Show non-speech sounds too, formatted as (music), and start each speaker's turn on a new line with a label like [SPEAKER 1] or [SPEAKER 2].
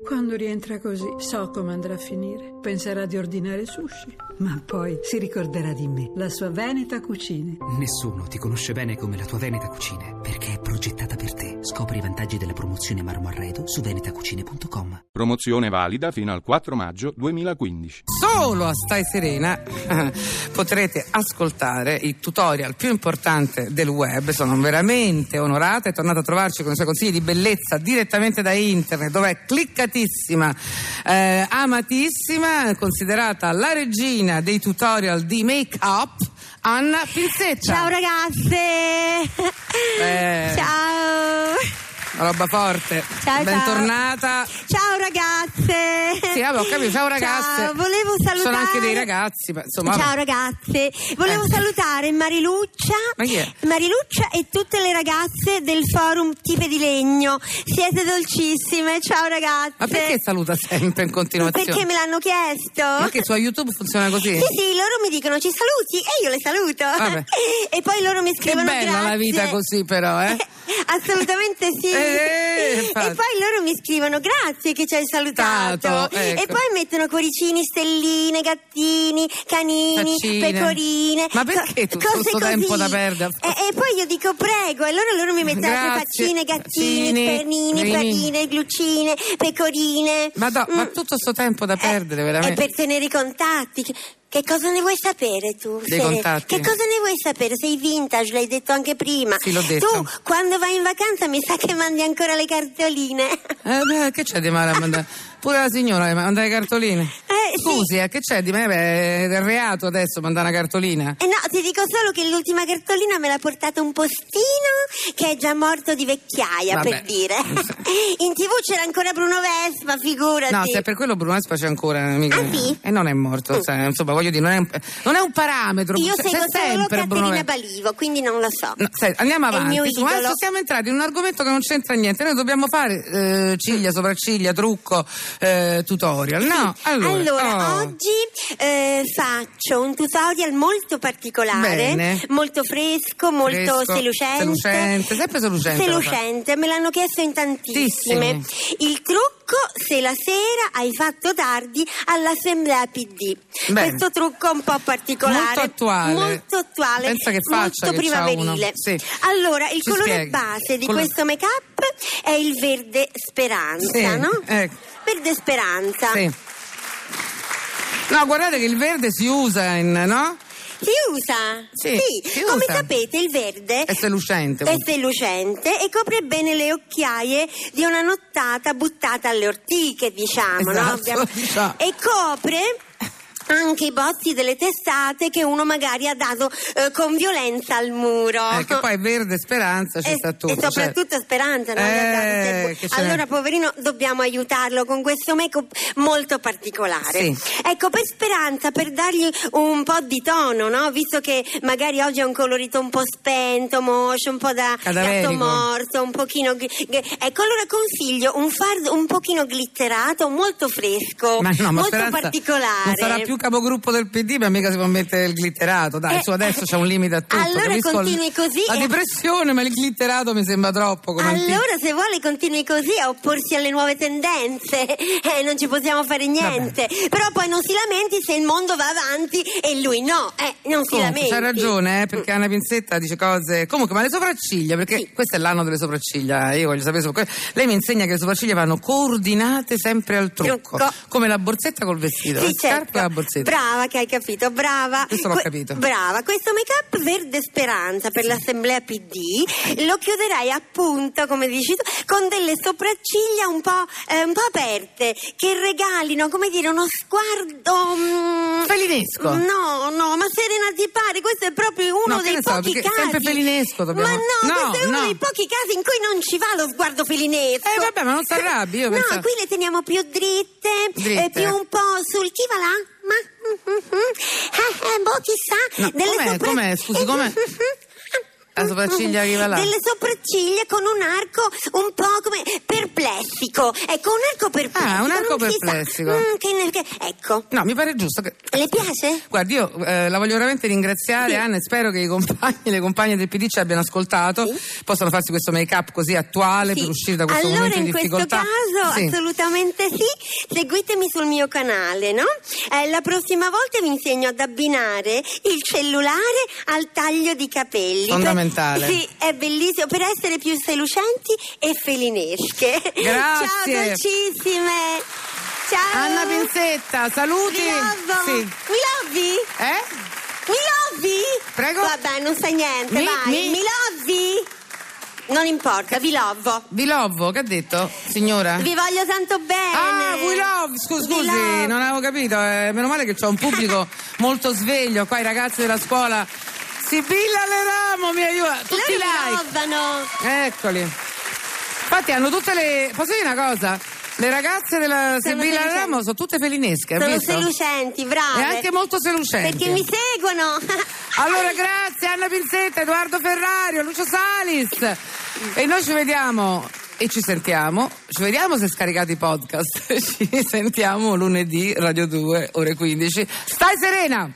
[SPEAKER 1] Quando rientra così, so come andrà a finire. Penserà di ordinare sushi, ma poi si ricorderà di me, la sua Veneta Cucine.
[SPEAKER 2] Nessuno ti conosce bene come la tua Veneta Cucine, perché è progettata per te. Scopri i vantaggi della promozione Marmo Arredo su venetacucine.com.
[SPEAKER 3] Promozione valida fino al 4 maggio 2015.
[SPEAKER 4] Solo a Stai Serena (laughs) potrete ascoltare il tutorial più importante del web. Sono veramente onorata e tornata a trovarci con i suoi consigli di bellezza direttamente da internet, dove è cliccatissima, eh, amatissima, considerata la regina dei tutorial di make-up, Anna Pinzetta.
[SPEAKER 5] Ciao ragazze!
[SPEAKER 4] Eh.
[SPEAKER 5] Ciao!
[SPEAKER 4] Una roba forte.
[SPEAKER 5] Ciao,
[SPEAKER 4] Bentornata.
[SPEAKER 5] Ciao ragazze!
[SPEAKER 4] Sì, vabbè, ho capito. Ciao ragazze.
[SPEAKER 5] Ciao, volevo salutare
[SPEAKER 4] Sono anche dei ragazzi, ma insomma.
[SPEAKER 5] Ciao
[SPEAKER 4] vabbè.
[SPEAKER 5] ragazze, volevo
[SPEAKER 4] Eh.
[SPEAKER 5] salutare Mariluccia,
[SPEAKER 4] Ma chi è?
[SPEAKER 5] Mariluccia e tutte le ragazze del forum Tipe di Legno. Siete dolcissime, ciao ragazze.
[SPEAKER 4] Ma perché saluta sempre in continuazione?
[SPEAKER 5] Perché me l'hanno chiesto?
[SPEAKER 4] Ma che su YouTube funziona così?
[SPEAKER 5] Sì, sì, loro mi dicono ci saluti e io le saluto.
[SPEAKER 4] Vabbè.
[SPEAKER 5] (laughs) E poi loro mi
[SPEAKER 4] Che
[SPEAKER 5] scrivono
[SPEAKER 4] bella la
[SPEAKER 5] "Grazie".
[SPEAKER 4] vita così, però,
[SPEAKER 5] (laughs)
[SPEAKER 4] eh?
[SPEAKER 5] Assolutamente sì.
[SPEAKER 4] Eh,
[SPEAKER 5] e
[SPEAKER 4] infatti.
[SPEAKER 5] poi loro mi scrivono grazie che ci hai salutato.
[SPEAKER 4] Tato, ecco.
[SPEAKER 5] E poi mettono coricini, stelline, gattini, canini,
[SPEAKER 4] Faccine.
[SPEAKER 5] pecorine.
[SPEAKER 4] Ma perché
[SPEAKER 5] co-
[SPEAKER 4] tutto questo
[SPEAKER 5] cose
[SPEAKER 4] tempo
[SPEAKER 5] così.
[SPEAKER 4] da perdere?
[SPEAKER 5] E, e poi io dico prego e allora loro mi mettono altre
[SPEAKER 4] Grazie.
[SPEAKER 5] faccine, gattini,
[SPEAKER 4] Faccini,
[SPEAKER 5] pernini,
[SPEAKER 4] rini.
[SPEAKER 5] panine, glucine, pecorine.
[SPEAKER 4] Ma, no, ma
[SPEAKER 5] Mm.
[SPEAKER 4] tutto sto tempo da perdere,
[SPEAKER 5] Eh,
[SPEAKER 4] veramente.
[SPEAKER 5] E per tenere i contatti. Che, che cosa ne vuoi sapere tu?
[SPEAKER 4] Dei
[SPEAKER 5] Sere?
[SPEAKER 4] contatti?
[SPEAKER 5] Che cosa ne vuoi sapere? Sei vintage, l'hai detto anche prima.
[SPEAKER 4] Sì, l'ho detto.
[SPEAKER 5] Tu, quando vai in vacanza, mi sa che mandi ancora le cartoline. (laughs)
[SPEAKER 4] Eh, beh, che c'è di male a mandare? Pure la signora le manda le cartoline.
[SPEAKER 5] Eh,
[SPEAKER 4] Scusi, eh, che c'è di male? Beh, È reato adesso mandare una cartolina.
[SPEAKER 5] Eh no, ti dico solo che l'ultima cartolina me l'ha portata un postino che è già morto di vecchiaia,
[SPEAKER 4] Vabbè.
[SPEAKER 5] per dire. (laughs) In tv c'era ancora Bruno Vespa, figurati.
[SPEAKER 4] No, se per quello Bruno Vespa c'è ancora. eh, Mica.
[SPEAKER 5] Eh, Ah, sì? Mm.
[SPEAKER 4] E non è morto. sai, insomma, voglio dire, non è un, non è un parametro.
[SPEAKER 5] Io
[SPEAKER 4] c'è-
[SPEAKER 5] seguo
[SPEAKER 4] c'è
[SPEAKER 5] solo
[SPEAKER 4] sempre Bruno
[SPEAKER 5] Caterina
[SPEAKER 4] Vespa.
[SPEAKER 5] Balivo, quindi non lo so.
[SPEAKER 4] No, senti, andiamo
[SPEAKER 5] È il
[SPEAKER 4] avanti.
[SPEAKER 5] mio
[SPEAKER 4] Insomma,
[SPEAKER 5] idolo.
[SPEAKER 4] adesso siamo entrati in un argomento che non c'entra niente. Noi dobbiamo fare eh, ciglia, sopracciglia, trucco, eh, tutorial. No, allora, oh.
[SPEAKER 5] oggi eh, faccio un tutorial molto particolare,
[SPEAKER 4] Bene.
[SPEAKER 5] molto fresco, molto
[SPEAKER 4] Fresco,
[SPEAKER 5] seducente.
[SPEAKER 4] seducente, sempre seducente lo fa.
[SPEAKER 5] Seducente, me l'hanno chiesto in tantissime. Il trucco se la sera hai fatto tardi all'assemblea PD.
[SPEAKER 4] Bene.
[SPEAKER 5] Questo trucco un po' particolare,
[SPEAKER 4] Molto attuale.
[SPEAKER 5] molto attuale,
[SPEAKER 4] Pensa che faccia
[SPEAKER 5] molto
[SPEAKER 4] che c'ha uno.
[SPEAKER 5] primaverile.
[SPEAKER 4] Sì.
[SPEAKER 5] Allora, il
[SPEAKER 4] Ci
[SPEAKER 5] colore
[SPEAKER 4] spieghi.
[SPEAKER 5] base di
[SPEAKER 4] Colore-
[SPEAKER 5] questo make up è il verde speranza,
[SPEAKER 4] Sì,
[SPEAKER 5] no?
[SPEAKER 4] ecco.
[SPEAKER 5] Verde speranza.
[SPEAKER 4] Sì. No, guardate che il verde si usa in, no?
[SPEAKER 5] Si usa?
[SPEAKER 4] Sì, si
[SPEAKER 5] Come
[SPEAKER 4] usa.
[SPEAKER 5] sapete il verde
[SPEAKER 4] È seducente.
[SPEAKER 5] è seducente e copre bene le occhiaie di una nottata buttata alle ortiche, diciamo, no?
[SPEAKER 4] Esatto,
[SPEAKER 5] Abbiamo-
[SPEAKER 4] diciamo.
[SPEAKER 5] E copre anche i bozzi delle testate che uno magari ha dato eh, con violenza al muro.
[SPEAKER 4] Eh, che poi verde speranza ci
[SPEAKER 5] E,
[SPEAKER 4] sta tutto.
[SPEAKER 5] oh. Eh, e soprattutto
[SPEAKER 4] cioè-
[SPEAKER 5] speranza, no?
[SPEAKER 4] Eh, che ce n'è.
[SPEAKER 5] allora poverino dobbiamo aiutarlo con questo make up molto particolare.
[SPEAKER 4] Sì.
[SPEAKER 5] Ecco, per speranza, per dargli un po' di tono, no? visto che magari oggi è un colorito un po' spento, moscio, un po' da
[SPEAKER 4] Cadaverico.
[SPEAKER 5] gatto morto, un pochino... gl- gl- Ecco, allora consiglio un fardo un pochino glitterato, molto fresco,
[SPEAKER 4] Ma no, ma
[SPEAKER 5] molto
[SPEAKER 4] Speranza
[SPEAKER 5] particolare.
[SPEAKER 4] Non sarà più capogruppo del PD, ma mica si può mettere il glitterato. Dai,
[SPEAKER 5] Eh,
[SPEAKER 4] su adesso c'è un limite a tutto.
[SPEAKER 5] allora
[SPEAKER 4] capisco
[SPEAKER 5] continui così
[SPEAKER 4] La
[SPEAKER 5] e-
[SPEAKER 4] depressione, ma il glitterato mi sembra troppo. Come antico.
[SPEAKER 5] Allora, se vuole, continui così a opporsi alle nuove tendenze. (laughs) Eh, non ci possiamo fare niente. Però poi non si lamenti se il mondo va avanti e lui no. Eh, non si
[SPEAKER 4] Comunque,
[SPEAKER 5] lamenti.
[SPEAKER 4] c'ha ragione, eh, perché Anna Pinzetta dice cose. Comunque, ma le sopracciglia, perché questo è l'anno delle sopracciglia, eh, io voglio sapere. sopra- Lei mi insegna che le sopracciglia vanno coordinate sempre al trucco,
[SPEAKER 5] Trucco.
[SPEAKER 4] come la borsetta col vestito,
[SPEAKER 5] Sì,
[SPEAKER 4] la
[SPEAKER 5] certo.
[SPEAKER 4] scarpa e la borsetta.
[SPEAKER 5] Brava che hai capito, brava.
[SPEAKER 4] Questo l'ho capito.
[SPEAKER 5] Brava, questo make up verde speranza per l'assemblea PD lo chiuderai appunto, come dici tu, con delle sopracciglia un po', eh, un po' aperte che regalino, come dire, uno sguardo. mm,
[SPEAKER 4] Felinesco.
[SPEAKER 5] No, no, ma Serena ti pare, questo è proprio
[SPEAKER 4] No,
[SPEAKER 5] uno
[SPEAKER 4] che
[SPEAKER 5] dei
[SPEAKER 4] ne so,
[SPEAKER 5] pochi
[SPEAKER 4] perché
[SPEAKER 5] casi.
[SPEAKER 4] sempre felinesco dobbiamo-
[SPEAKER 5] Ma no,
[SPEAKER 4] No,
[SPEAKER 5] questo è uno
[SPEAKER 4] no.
[SPEAKER 5] dei pochi casi in cui non ci va lo sguardo felinesco.
[SPEAKER 4] Eh, vabbè, ma non si arrabbi, io
[SPEAKER 5] No,
[SPEAKER 4] pensavo-
[SPEAKER 5] qui le teniamo più dritte,
[SPEAKER 4] Dritte.
[SPEAKER 5] eh, più un po' sul chi va là? Ma mm, mm, mm. Eh, eh, boh, chissà,
[SPEAKER 4] No,
[SPEAKER 5] delle
[SPEAKER 4] com'è,
[SPEAKER 5] sopra- (laughs)
[SPEAKER 4] com'è, scusi, com'è?
[SPEAKER 5] Eh,
[SPEAKER 4] La sopracciglia arriva là.
[SPEAKER 5] Delle sopracciglia con un arco un po' come perplessico. Ecco, un arco perplessico.
[SPEAKER 4] Ah, un arco
[SPEAKER 5] non si sa.
[SPEAKER 4] perplessico.
[SPEAKER 5] Mm, che ne- che- ecco.
[SPEAKER 4] No, mi pare giusto che...
[SPEAKER 5] Le piace?
[SPEAKER 4] Guardi, io eh, la voglio veramente ringraziare, Anna, e spero che i compagni e le compagne del PD ci abbiano ascoltato, possano farsi questo make-up così attuale
[SPEAKER 5] Sì.
[SPEAKER 4] per uscire da questo
[SPEAKER 5] allora
[SPEAKER 4] momento di
[SPEAKER 5] in questo
[SPEAKER 4] difficoltà.
[SPEAKER 5] caso
[SPEAKER 4] Sì.
[SPEAKER 5] assolutamente sì seguitemi sul mio canale no? Eh, la prossima volta vi insegno ad abbinare il cellulare al taglio di capelli Per-
[SPEAKER 4] Fondamentale.
[SPEAKER 5] sì è bellissimo per essere più seducenti e felinesche ciao
[SPEAKER 4] Grazie.
[SPEAKER 5] dolcissime ciao
[SPEAKER 4] Anna Pinzetta, saluti!
[SPEAKER 5] we love
[SPEAKER 4] Sì.
[SPEAKER 5] we love you.
[SPEAKER 4] Eh?
[SPEAKER 5] We love you.
[SPEAKER 4] Prego.
[SPEAKER 5] vabbè non sai niente
[SPEAKER 4] Mi-
[SPEAKER 5] vai
[SPEAKER 4] mi-
[SPEAKER 5] mi love you. non importa vi lovo
[SPEAKER 4] Vi lovo, che ha detto, signora?
[SPEAKER 5] vi voglio tanto bene.
[SPEAKER 4] Eh? Ah, we love, scusi,
[SPEAKER 5] We
[SPEAKER 4] scusi,
[SPEAKER 5] love.
[SPEAKER 4] non avevo capito, eh, meno male che c'è un pubblico
[SPEAKER 5] (laughs)
[SPEAKER 4] molto sveglio, qua i ragazzi della scuola. Sibilla Leramo mi aiuta,
[SPEAKER 5] Loro
[SPEAKER 4] tutti i
[SPEAKER 5] mi
[SPEAKER 4] like.
[SPEAKER 5] lovano.
[SPEAKER 4] Eccoli. Infatti hanno tutte le. Posso dire una cosa? Le ragazze della
[SPEAKER 5] Sono
[SPEAKER 4] Sibilla
[SPEAKER 5] seducenti.
[SPEAKER 4] Ramo sono tutte felinesche, hai
[SPEAKER 5] Sono
[SPEAKER 4] visto?
[SPEAKER 5] seducenti, brave.
[SPEAKER 4] E anche molto seducenti.
[SPEAKER 5] Perché mi seguono. (laughs)
[SPEAKER 4] Allora, grazie Anna Pinzetta, Edoardo Ferrario, Lucio Salis. E noi ci vediamo e ci sentiamo. Ci vediamo se scaricate i (laughs) podcast. ci sentiamo lunedì, Radio 2, ore 15. Stai serena!